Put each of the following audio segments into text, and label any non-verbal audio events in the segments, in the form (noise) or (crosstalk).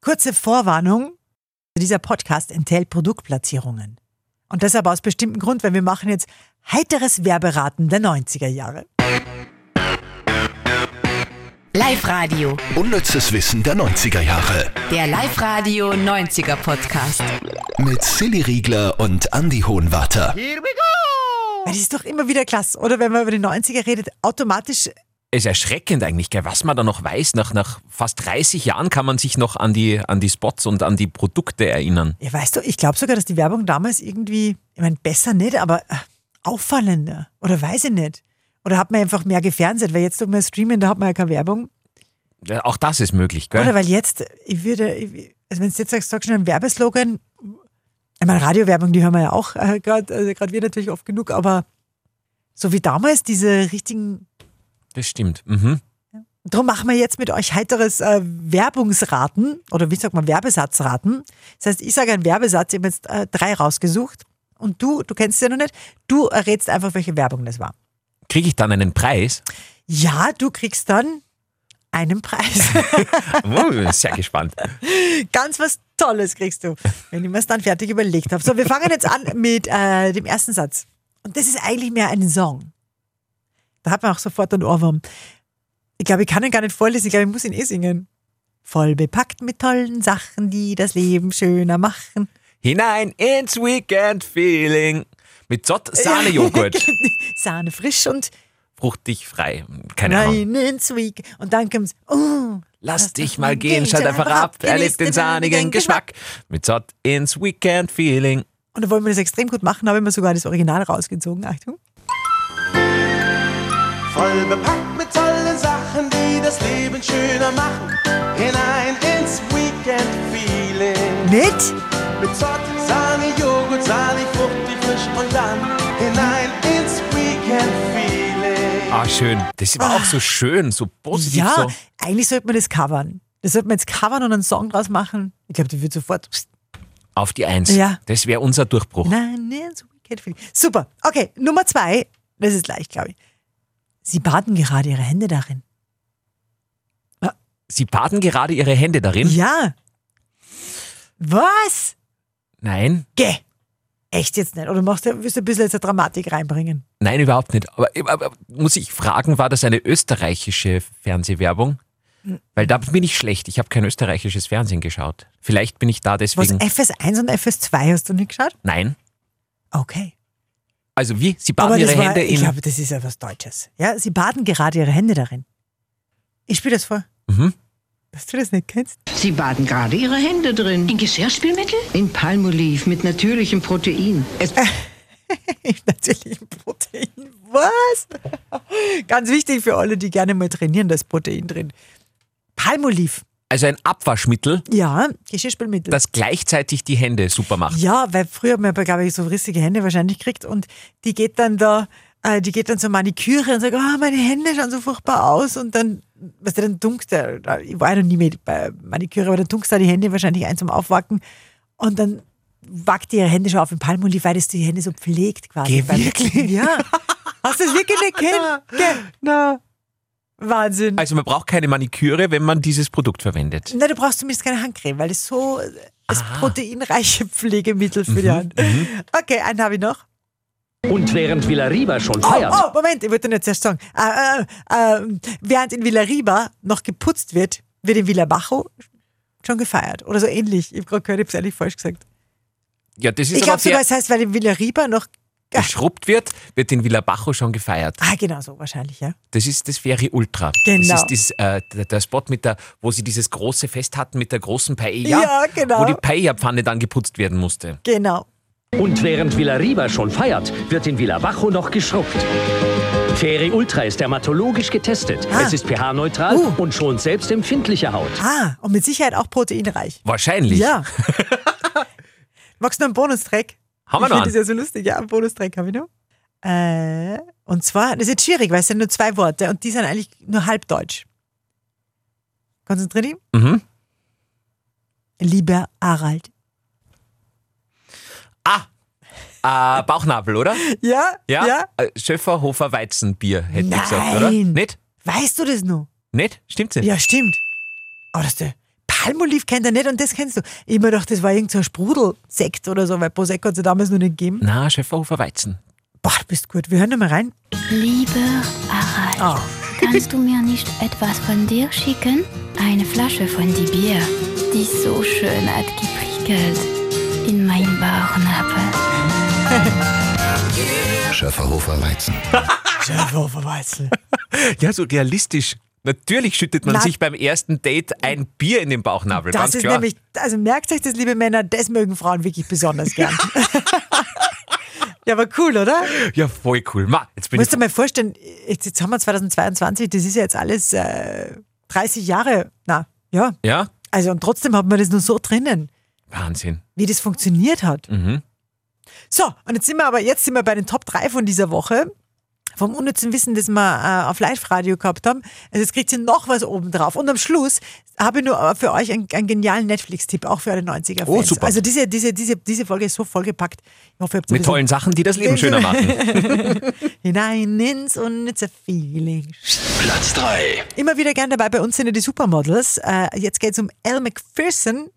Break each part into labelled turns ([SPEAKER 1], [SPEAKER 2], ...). [SPEAKER 1] kurze Vorwarnung. Dieser Podcast enthält Produktplatzierungen. Und das aber aus bestimmten Grund, weil wir machen jetzt heiteres Werberaten der 90er Jahre.
[SPEAKER 2] Live-Radio,
[SPEAKER 3] Unnützes Wissen der 90er Jahre.
[SPEAKER 2] der Live-Radio 90er Podcast.
[SPEAKER 3] Mit Silly Riegler und Andy Hohenwarter.
[SPEAKER 1] Weil das ist doch immer wieder klasse, oder? Wenn man über die 90er redet, automatisch
[SPEAKER 4] ist erschreckend eigentlich, gell, was man da noch weiß. Nach, nach fast 30 Jahren kann man sich noch an die, an die Spots und an die Produkte erinnern.
[SPEAKER 1] Ja, weißt du, ich glaube sogar, dass die Werbung damals irgendwie, ich meine, besser nicht, aber äh, auffallender. Oder weiß ich nicht. Oder hat man einfach mehr gefernseht, weil jetzt tut man streamen, da hat man ja keine Werbung.
[SPEAKER 4] Ja, Auch das ist möglich, gell?
[SPEAKER 1] Oder weil jetzt, ich würde, ich, also wenn du jetzt sagst, sag schon einen Werbeslogan, ich meine, Radiowerbung, die hören wir ja auch äh, gerade, also gerade wir natürlich oft genug, aber so wie damals diese richtigen,
[SPEAKER 4] das stimmt. Mhm.
[SPEAKER 1] drum machen wir jetzt mit euch heiteres äh, Werbungsraten oder wie sagt man, Werbesatzraten. Das heißt, ich sage einen Werbesatz, ich habe jetzt äh, drei rausgesucht und du, du kennst sie ja noch nicht, du errätst einfach, welche Werbung das war.
[SPEAKER 4] Kriege ich dann einen (laughs) Preis?
[SPEAKER 1] Ja, du kriegst dann einen Preis.
[SPEAKER 4] Oh, ich bin sehr gespannt.
[SPEAKER 1] Ganz was Tolles kriegst du, wenn ich mir es dann fertig überlegt habe. So, wir fangen jetzt an mit äh, dem ersten Satz. Und das ist eigentlich mehr ein Song. Da hat man auch sofort einen Ohrwurm. Ich glaube, ich kann ihn gar nicht vorlesen. Ich glaube, ich muss ihn eh singen. Voll bepackt mit tollen Sachen, die das Leben schöner machen.
[SPEAKER 4] Hinein ins Weekend Feeling mit Zott (laughs) Sahnejoghurt.
[SPEAKER 1] Sahne frisch und
[SPEAKER 4] Fruchtig frei. Keine Ahnung.
[SPEAKER 1] rein ins Week. Und dann kommt's. Oh,
[SPEAKER 4] Lass dich mal gehen, schalt einfach ab. Erleb den sahnigen Geschmack. Mit Zott ins Weekend Feeling.
[SPEAKER 1] Und obwohl wir das extrem gut machen, habe ich mir sogar das Original rausgezogen. Achtung.
[SPEAKER 5] Voll bepackt mit tollen Sachen, die das Leben schöner machen. Hinein ins Weekend-Feeling.
[SPEAKER 1] Mit
[SPEAKER 5] Mit Zott, Sahne, Joghurt, sahnig, fruchtig, frisch und dann hinein ins Weekend-Feeling.
[SPEAKER 4] Ah, schön. Das war auch so schön, so positiv.
[SPEAKER 1] Ja,
[SPEAKER 4] So.
[SPEAKER 1] eigentlich sollte man das covern. Das sollte man jetzt covern und einen Song draus machen. Ich glaube, die wird sofort. Psst,
[SPEAKER 4] Auf die Eins.
[SPEAKER 1] Ja.
[SPEAKER 4] Das wäre unser Durchbruch.
[SPEAKER 1] nein, nein, so geht viel. Super. Okay, Nummer zwei. Das ist leicht, glaube ich. Sie baden gerade ihre Hände darin.
[SPEAKER 4] Sie baden gerade ihre Hände darin?
[SPEAKER 1] Ja. Was?
[SPEAKER 4] Nein,
[SPEAKER 1] Geh. Echt jetzt nicht. Oder machst du, willst du ein bisschen jetzt eine Dramatik reinbringen?
[SPEAKER 4] nein, überhaupt nicht. Aber, äh, aber muss ich fragen, war das eine österreichische Fernsehwerbung?
[SPEAKER 1] Hm.
[SPEAKER 4] Weil da bin ich schlecht. Ich habe kein österreichisches Fernsehen geschaut. Vielleicht bin ich da
[SPEAKER 1] Was? äh?
[SPEAKER 4] deswegen.
[SPEAKER 1] FS1 und FS2 hast du nicht geschaut?
[SPEAKER 4] Nein.
[SPEAKER 1] Okay.
[SPEAKER 4] Also wie? Sie baden
[SPEAKER 1] das
[SPEAKER 4] ihre
[SPEAKER 1] war,
[SPEAKER 4] Hände
[SPEAKER 1] ich
[SPEAKER 4] in.
[SPEAKER 1] glaube, das ist ja was Deutsches. Ja, sie baden gerade ihre Hände darin. Ich spiele das vor.
[SPEAKER 4] Mhm.
[SPEAKER 1] Dass du das nicht kennst.
[SPEAKER 6] Sie baden gerade ihre Hände drin. In Geschirrspülmittel? In Palmolive mit natürlichem Protein. Es
[SPEAKER 1] (laughs) Natürlich ein Protein. Was? Ganz wichtig für alle, die gerne mal trainieren, das Protein drin. Palmolive.
[SPEAKER 4] Also ein Abwaschmittel,
[SPEAKER 1] Ja, Geschirrspülmittel.
[SPEAKER 4] das gleichzeitig die Hände super macht.
[SPEAKER 1] ja, weil früher hat man, aber, glaube ich, so rissige Hände wahrscheinlich gekriegt und die geht dann da, äh, die geht dann zur Maniküre und sagt, ah, meine Hände schauen so furchtbar aus und dann, was der dann dunkst, er- ich war ja noch nie mit bei Maniküre, aber dann dunkst du die Hände wahrscheinlich ein zum Aufwacken und dann wackt die ihre Hände schon auf in Palmolive, weil das die Hände so pflegt quasi.
[SPEAKER 4] Geh,
[SPEAKER 1] Weil-
[SPEAKER 4] wirklich?
[SPEAKER 1] Ja. Hast du es wirklich nicht kennt? Gell? Na. Wahnsinn.
[SPEAKER 4] Also man braucht keine Maniküre, wenn man dieses Produkt verwendet.
[SPEAKER 1] Na, du brauchst zumindest keine Handcreme, weil es so das proteinreiche Pflegemittel für die Hand. Okay, einen habe ich noch.
[SPEAKER 7] Und während Villarriba schon
[SPEAKER 1] Oh,
[SPEAKER 7] feiert,
[SPEAKER 1] oh, Moment, ich wollte nicht zuerst sagen. Äh, äh, äh, während in Villarriba noch geputzt wird, wird in Villabajo schon gefeiert. Oder so ähnlich. Ich habe gerade gehört, ich habe es eigentlich falsch gesagt.
[SPEAKER 4] Ja, das ist
[SPEAKER 1] Ich
[SPEAKER 4] aber
[SPEAKER 1] glaube sogar,
[SPEAKER 4] fair.
[SPEAKER 1] es heißt, weil in Villarriba noch.
[SPEAKER 4] geschrubbt wird, wird in Villabajo schon gefeiert.
[SPEAKER 1] Ah, genau so wahrscheinlich, ja.
[SPEAKER 4] Das ist das Ferry Ultra.
[SPEAKER 1] Genau.
[SPEAKER 4] Das ist dieses, äh, der, der Spot, mit der, wo sie dieses große Fest hatten mit der großen Paella.
[SPEAKER 1] Ja, genau.
[SPEAKER 4] Wo die Paella-Pfanne dann geputzt werden musste.
[SPEAKER 1] Genau.
[SPEAKER 7] und während Villarriba schon feiert, wird in Villabajo noch geschrubbt. Feri Ultra ist dermatologisch getestet.
[SPEAKER 1] Ah.
[SPEAKER 7] Es ist pH-neutral
[SPEAKER 1] Uh.
[SPEAKER 7] und schont selbst empfindliche Haut.
[SPEAKER 1] Ah, und mit Sicherheit auch proteinreich.
[SPEAKER 4] Wahrscheinlich.
[SPEAKER 7] (laughs)
[SPEAKER 1] Ja. Magst du noch einen Bonustrack?
[SPEAKER 4] Haben wir
[SPEAKER 1] ich
[SPEAKER 4] noch
[SPEAKER 1] finde das
[SPEAKER 4] einen?
[SPEAKER 1] ja so lustig. Ja, einen Bonustrack habe ich noch. Äh, und zwar, das ist jetzt schwierig, weil es sind nur zwei Worte und die sind eigentlich nur halbdeutsch. Konzentrier dich.
[SPEAKER 4] Mhm.
[SPEAKER 1] Lieber Harald.
[SPEAKER 4] Ah, äh, Bauchnabel, oder?
[SPEAKER 1] Ja?
[SPEAKER 4] Ja. Äh, Schöffer, Hofer, Weizenbier, hätte ich gesagt, oder?
[SPEAKER 1] Nein.
[SPEAKER 4] Nicht?
[SPEAKER 1] Weißt du das nur?
[SPEAKER 4] Nicht? Stimmt's nicht?
[SPEAKER 1] Ja, stimmt. Aber das ist der Palmolive kennt er nicht und das kennst du. Ich hab mir gedacht, das war irgendein so Sprudelsekt oder so, weil Prosecco hat es ja damals noch nicht gegeben.
[SPEAKER 4] Na, Schäferhofer Weizen.
[SPEAKER 1] Boah, du bist gut. Wir hören noch mal rein.
[SPEAKER 8] Liebe Harald, kannst du mir nicht etwas von dir schicken? Eine Flasche von die Bier, die so schön hat geprickelt in meinen Bauchnabel.
[SPEAKER 3] Schäferhofer Weizen.
[SPEAKER 1] Schäferhofer Weizen.
[SPEAKER 4] Ja, so realistisch. Natürlich schüttet man
[SPEAKER 1] Na-
[SPEAKER 4] sich beim ersten Date ein Bier in den Bauchnabel.
[SPEAKER 1] Das
[SPEAKER 4] ganz
[SPEAKER 1] ist
[SPEAKER 4] klar.
[SPEAKER 1] nämlich, also merkt euch das, liebe Männer, das mögen Frauen wirklich besonders gern. (laughs) ja, aber cool, oder?
[SPEAKER 4] Ja, voll cool. Ma, jetzt bin
[SPEAKER 1] Musst du
[SPEAKER 4] ich.
[SPEAKER 1] mal vorstellen, jetzt, jetzt haben wir 2022, das ist ja jetzt alles äh, 30 Jahre. Na, ja.
[SPEAKER 4] Ja?
[SPEAKER 1] Also und trotzdem hat man das nur so drinnen,
[SPEAKER 4] Wahnsinn.
[SPEAKER 1] wie das funktioniert hat.
[SPEAKER 4] Mhm.
[SPEAKER 1] So, und jetzt sind wir aber jetzt sind wir bei den Top 3 von dieser Woche. Vom unnützen Wissen, das wir äh, auf Live-Radio gehabt haben. Also jetzt kriegt ihr noch was obendrauf. Und am Schluss habe ich nur äh, für euch einen, einen genialen Netflix-Tipp, auch für alle 90er-Fans.
[SPEAKER 4] Oh, super.
[SPEAKER 1] Also diese, diese, diese, diese Folge ist so vollgepackt. Ich hoffe, ihr habt so ein
[SPEAKER 4] Mit
[SPEAKER 1] bisschen-
[SPEAKER 4] tollen Sachen, die das Leben
[SPEAKER 1] (laughs)
[SPEAKER 4] schöner machen.
[SPEAKER 1] Hinein ins unnütze Feeling.
[SPEAKER 3] Platz 3.
[SPEAKER 1] Immer wieder gern dabei bei uns sind ja die Supermodels. Äh, jetzt geht es um Elle McPherson.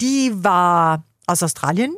[SPEAKER 1] Die war aus Australien.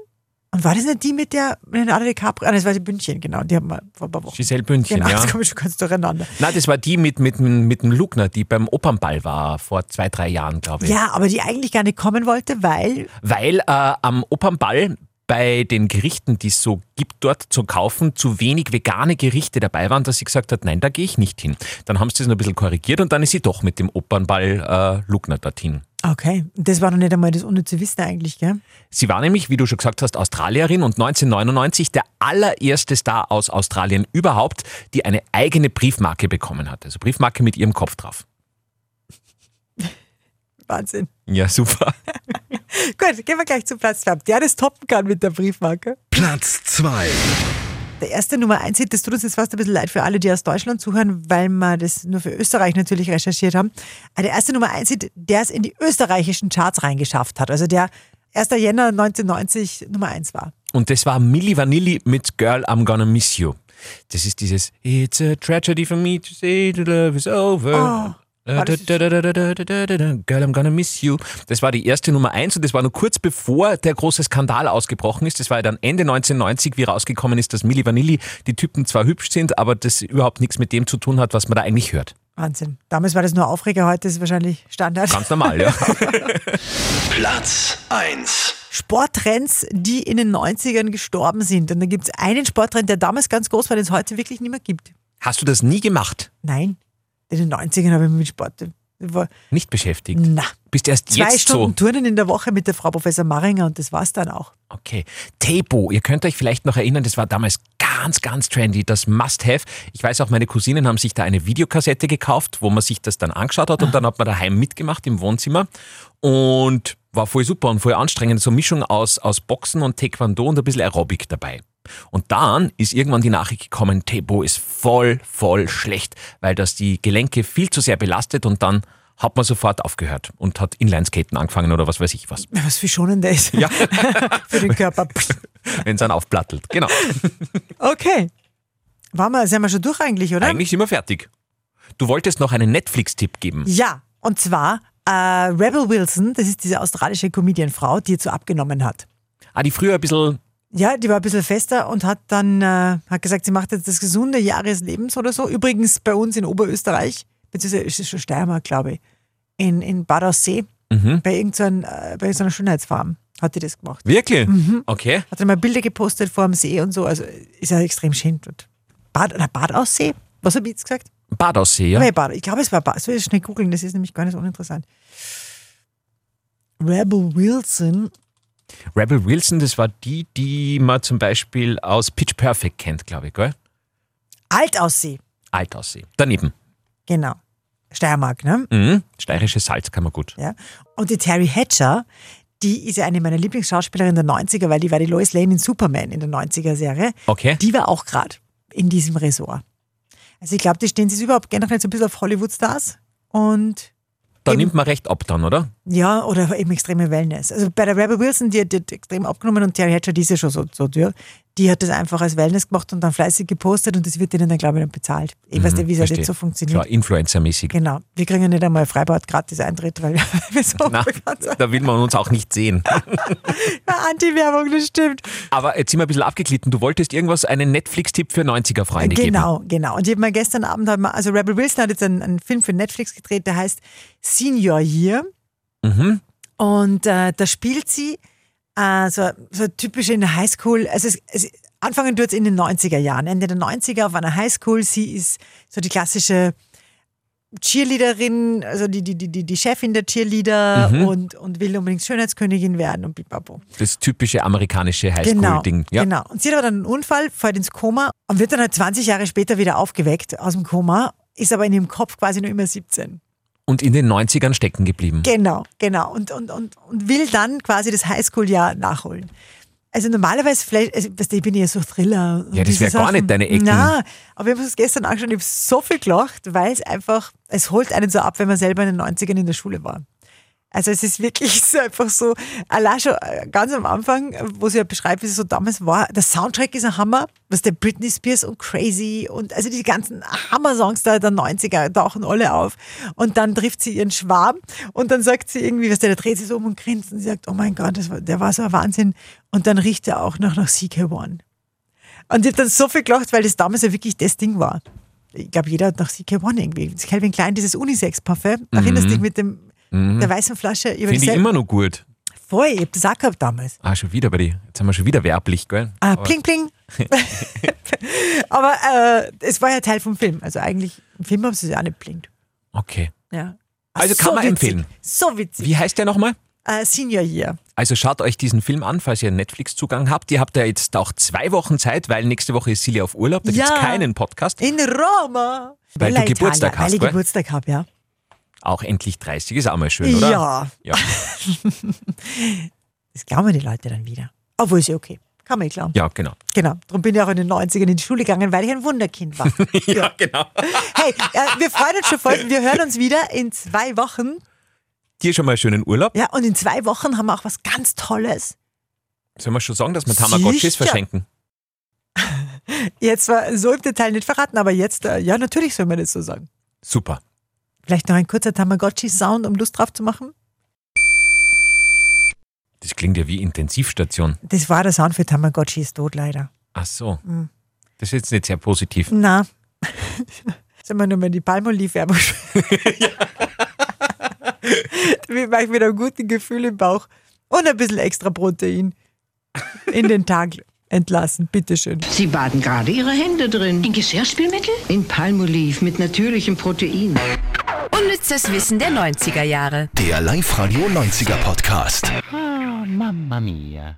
[SPEAKER 1] Und war das nicht die mit der Leonardo DiCaprio? Ah, das war die Bündchen, genau. Die haben wir vor ein paar Wochen.
[SPEAKER 4] Giselle Bündchen,
[SPEAKER 1] Genau,
[SPEAKER 4] ja.
[SPEAKER 1] jetzt komme ich schon ganz durcheinander.
[SPEAKER 4] Na, das war die mit, mit, mit dem Lugner, die beim Opernball war vor zwei, drei Jahren, glaube ich.
[SPEAKER 1] Ja, aber die eigentlich gar nicht kommen wollte, weil
[SPEAKER 4] Weil äh, am Opernball bei den Gerichten, die es so gibt, dort zu kaufen, zu wenig vegane Gerichte dabei waren, dass sie gesagt hat, nein, da gehe ich nicht hin. Dann haben sie das noch ein bisschen korrigiert und dann ist sie doch mit dem Opernball äh, Lugner dorthin.
[SPEAKER 1] Okay, das war noch nicht einmal das unnütze Wissen eigentlich, gell?
[SPEAKER 4] Sie war nämlich, wie du schon gesagt hast, Australierin und 1999 der allererste Star aus Australien überhaupt, die eine eigene Briefmarke bekommen hat. Also Briefmarke mit ihrem Kopf drauf.
[SPEAKER 1] Wahnsinn.
[SPEAKER 4] Ja, super.
[SPEAKER 1] Gut, gehen wir gleich zum Platz 2. Der das toppen kann mit der Briefmarke.
[SPEAKER 3] Platz 2.
[SPEAKER 1] Der erste Nummer 1 Hit, das tut uns jetzt fast ein bisschen leid für alle, die aus Deutschland zuhören, weil wir das nur für Österreich natürlich recherchiert haben. Aber der erste Nummer 1 Hit, der es in die österreichischen Charts reingeschafft hat. Also der 1. Jänner 1990 Nummer 1 war.
[SPEAKER 4] Und das war Milli Vanilli mit Girl, I'm Gonna Miss You. Das ist dieses It's a tragedy for me to say the love is over. Da, da,
[SPEAKER 1] Ah, das ist-
[SPEAKER 4] da, da, da, da, da, da, da, Girl, I'm gonna miss you. Das war die erste Nummer eins und das war nur kurz bevor der große Skandal ausgebrochen ist. Das war ja dann Ende 1990, wie rausgekommen ist, dass Milli Vanilli die Typen zwar hübsch sind, aber das überhaupt nichts mit dem zu tun hat, was man da eigentlich hört.
[SPEAKER 1] Wahnsinn. Damals war das nur Aufreger, heute ist es wahrscheinlich Standard.
[SPEAKER 4] Ganz
[SPEAKER 1] (laughs)
[SPEAKER 4] normal, ja.
[SPEAKER 3] Platz 1.
[SPEAKER 1] Sporttrends, die in den 90ern gestorben sind. Und dann gibt es einen Sporttrend, der damals ganz groß war, den es heute wirklich nicht mehr gibt.
[SPEAKER 4] Hast du das nie gemacht?
[SPEAKER 1] Nein, in den 90ern habe ich mich mit Sport. War,
[SPEAKER 4] Nicht beschäftigt?
[SPEAKER 1] na,
[SPEAKER 4] Bist erst
[SPEAKER 1] zwei
[SPEAKER 4] jetzt so?
[SPEAKER 1] Stunden Turnen in der Woche mit der Frau Professor Maringer und das war's dann auch.
[SPEAKER 4] Okay. Tebo, ihr könnt euch vielleicht noch erinnern, das war damals ganz, ganz trendy, das Must-Have. Ich weiß auch, meine Cousinen haben sich da eine Videokassette gekauft, wo man sich das dann angeschaut hat und dann hat man daheim mitgemacht im Wohnzimmer und war voll super und voll anstrengend. So eine Mischung aus, aus Boxen und Taekwondo und ein bisschen Aerobic dabei. Und dann ist irgendwann die Nachricht gekommen, Tebo ist voll, voll schlecht, weil das die Gelenke viel zu sehr belastet und dann hat man sofort aufgehört und hat Inlineskaten angefangen oder was weiß ich was,
[SPEAKER 1] Was viel schonender ist
[SPEAKER 4] (laughs)
[SPEAKER 1] ja. (laughs) für den Körper.
[SPEAKER 4] wenn es dann
[SPEAKER 1] (laughs)
[SPEAKER 4] aufplattelt. Genau.
[SPEAKER 1] Okay. Waren wir, sind wir schon durch eigentlich, oder?
[SPEAKER 4] Eigentlich sind wir fertig. Du wolltest noch einen Netflix-Tipp geben.
[SPEAKER 1] Ja, und zwar äh, Rebel Wilson, das ist diese australische Comedianfrau, die jetzt so abgenommen hat.
[SPEAKER 4] Ah, die früher ein bisschen.
[SPEAKER 1] Ja, die war ein bisschen fester und hat dann äh, hat gesagt, sie macht jetzt das gesunde Jahr ihres Lebens oder so. Übrigens bei uns in Oberösterreich, beziehungsweise ist es schon Steiermark, glaube ich, in, in Bad Aussee, bei irgendeiner äh, bei irgendeiner Schönheitsfarm hat die das gemacht.
[SPEAKER 4] Wirklich?
[SPEAKER 1] Mhm.
[SPEAKER 4] Okay.
[SPEAKER 1] Hat dann mal Bilder gepostet vor dem See und so. Also ist ja extrem schön. dort. Bad, oder Bad Aussee? Was habe ich jetzt gesagt?
[SPEAKER 4] Badaussee, ja.
[SPEAKER 1] Ja. Bad, ich glaube, es war Bad. Soll ich schnell googeln? Das ist nämlich gar nicht so uninteressant. Rebel Wilson.
[SPEAKER 4] Rebel Wilson, das war die, die man zum Beispiel aus Pitch Perfect kennt, glaube ich, gell?
[SPEAKER 1] Altaussee.
[SPEAKER 4] Altaussee. Daneben.
[SPEAKER 1] Genau. Steiermark, ne?
[SPEAKER 4] Mhm. Steirisches Salz kann man gut.
[SPEAKER 1] Ja. Und die Terry Hatcher, die ist ja eine meiner Lieblingsschauspielerinnen der 90er, weil die war die Lois Lane in Superman in der 90er-Serie.
[SPEAKER 4] Okay.
[SPEAKER 1] Die war auch gerade in diesem Ressort. Also ich glaube, die stehen sich überhaupt generell so ein bisschen auf Hollywood-Stars. Und
[SPEAKER 4] Da
[SPEAKER 1] eben.
[SPEAKER 4] nimmt man recht ab dann, oder?
[SPEAKER 1] Ja, oder eben extreme Wellness. Also bei der Rebel Wilson, die hat die hat extrem abgenommen und Terry Hatcher, die ist ja schon so, so dürr. Die hat das einfach als Wellness gemacht und dann fleißig gepostet und das wird denen dann, glaube ich, dann bezahlt. Ich weiß nicht, wie es halt
[SPEAKER 4] verstehe.
[SPEAKER 1] jetzt so
[SPEAKER 4] Klar,
[SPEAKER 1] funktioniert.
[SPEAKER 4] Influencer-mäßig.
[SPEAKER 1] Genau. Wir kriegen ja nicht einmal Freibad gratis Eintritt, weil (laughs) wir so
[SPEAKER 4] Na,
[SPEAKER 1] bekannt sind.
[SPEAKER 4] da will man uns auch nicht sehen.
[SPEAKER 1] Ja, (laughs) Anti-Werbung, das stimmt.
[SPEAKER 4] Aber jetzt sind wir ein bisschen abgeglitten. Du wolltest irgendwas, einen Netflix-Tipp für 90er-Freunde geben.
[SPEAKER 1] Genau, genau. Und ich habe mal gestern Abend, halt mal, also Rebel Wilson hat jetzt einen, einen Film für Netflix gedreht, der heißt Senior Year. Und äh, da spielt sie äh, so, so typisch in der Highschool, also es, es, anfangen dort in den 90er Jahren, Ende der 90er auf einer Highschool. Sie ist so die klassische Cheerleaderin, also die, die, die, die die Chefin der Cheerleader und, und will unbedingt Schönheitskönigin werden und bipapo.
[SPEAKER 4] Das typische amerikanische
[SPEAKER 1] Genau,
[SPEAKER 4] Highschool-Ding. Ja.
[SPEAKER 1] genau. Und sie hat aber dann einen Unfall, fällt ins Koma und wird dann halt 20 Jahre später wieder aufgeweckt aus dem Koma, ist aber in ihrem Kopf quasi nur immer 17.
[SPEAKER 4] Und in den 90ern stecken geblieben.
[SPEAKER 1] Genau, genau. Und, und, und, und will dann quasi das Highschool-Jahr nachholen. Also normalerweise, vielleicht, also, weißt du, ich bin ja so Thriller. und
[SPEAKER 4] Ja, das
[SPEAKER 1] diese
[SPEAKER 4] wär gar
[SPEAKER 1] Sachen.
[SPEAKER 4] nicht deine Ecken.
[SPEAKER 1] Na, aber wir haben es gestern auch schon, ich habe so viel gelacht, weil es einfach, es holt einen so ab, wenn man selber in den 90ern in der Schule war. Also es ist wirklich (laughs) so einfach so, allein schon äh, ganz am Anfang, äh, wo sie ja beschreibt, wie es so damals war, der Soundtrack ist ein Hammer, was der Britney Spears und Crazy und also die ganzen Hammer-Songs da der 90er tauchen alle auf. Und dann trifft sie ihren Schwarm und dann sagt sie irgendwie, was der, der dreht sich so um und grinst und sie sagt, oh mein Gott, das war, der war so ein Wahnsinn. Und dann riecht er auch noch nach CK1. Und ich habe dann so viel gelacht, weil das damals ja wirklich das Ding war. Ich glaube, jeder hat nach CK1 irgendwie. Das Calvin Klein, dieses Unisex-Parfait, erinnerst dich mit dem, der weißen Flasche? Ich hab
[SPEAKER 4] Finde Mhm. ich
[SPEAKER 1] sel-
[SPEAKER 4] immer noch gut.
[SPEAKER 1] Voll, ich hab das auch gehabt damals.
[SPEAKER 4] Ah, schon wieder bei dir. Jetzt haben wir schon wieder werblich, gell?
[SPEAKER 1] Ah, pling,
[SPEAKER 4] (laughs)
[SPEAKER 1] pling. Aber äh, es war ja Teil vom Film. Also eigentlich, im Film haben sie es ja auch nicht blinkt.
[SPEAKER 4] Okay.
[SPEAKER 1] Ja.
[SPEAKER 4] Also kann man
[SPEAKER 1] witzig.
[SPEAKER 4] empfehlen.
[SPEAKER 1] So witzig.
[SPEAKER 4] Wie heißt der nochmal?
[SPEAKER 1] Äh, Senior Year.
[SPEAKER 4] Also schaut euch diesen Film an, falls ihr einen Netflix-Zugang habt. Ihr habt ja jetzt auch zwei Wochen Zeit, weil nächste Woche ist Silja auf Urlaub. Da
[SPEAKER 1] Ja.
[SPEAKER 4] gibt's keinen Podcast.
[SPEAKER 1] In Roma.
[SPEAKER 4] Weil du
[SPEAKER 1] Bella
[SPEAKER 4] Geburtstag
[SPEAKER 1] Italia,
[SPEAKER 4] hast,
[SPEAKER 1] Weil ich
[SPEAKER 4] gell?
[SPEAKER 1] Geburtstag habe, ja.
[SPEAKER 4] Auch endlich 30 ist auch mal schön, oder?
[SPEAKER 1] Ja.
[SPEAKER 4] Ja,
[SPEAKER 1] Das glauben die Leute dann wieder. Obwohl, ist ja okay. Kann man nicht glauben. (laughs)
[SPEAKER 4] ja genau.
[SPEAKER 1] Genau. Darum bin ich auch in den 90ern in die Schule gegangen, weil ich ein Wunderkind war.
[SPEAKER 4] Ja, genau.
[SPEAKER 1] hey, äh, wir freuen uns schon voll. Wir hören uns wieder in zwei Wochen.
[SPEAKER 4] Dir schon mal schönen Urlaub.
[SPEAKER 1] Ja, und in zwei Wochen haben wir auch was ganz Tolles.
[SPEAKER 4] Sollen wir schon sagen, dass wir Tamagotchis
[SPEAKER 1] Sicher.
[SPEAKER 4] verschenken?
[SPEAKER 1] Jetzt war so im Detail nicht verraten, aber jetzt, äh, ja, natürlich soll man das so sagen.
[SPEAKER 4] Super.
[SPEAKER 1] Vielleicht noch ein kurzer Tamagotchi-Sound, um Lust drauf zu machen.
[SPEAKER 4] Das klingt ja wie Intensivstation.
[SPEAKER 1] Das war der Sound für Tamagotchi ist tot leider.
[SPEAKER 4] Ach so.
[SPEAKER 1] Hm.
[SPEAKER 4] Das ist jetzt nicht sehr positiv.
[SPEAKER 1] Na. (laughs) Sollen wir nur mal die Palmolive-Werbung spielen? Damit mache ich wieder ein gutes Gefühl im Bauch und ein bisschen extra Protein in den Tag entlassen. Bitteschön.
[SPEAKER 6] Sie baden gerade ihre Hände drin.
[SPEAKER 2] In Geschirrspülmittel?
[SPEAKER 6] In Palmolive mit natürlichem Protein.
[SPEAKER 2] Unnützes Wissen der 90er Jahre.
[SPEAKER 3] Der Live-Radio 90er Podcast.
[SPEAKER 9] Ah, mamma mia.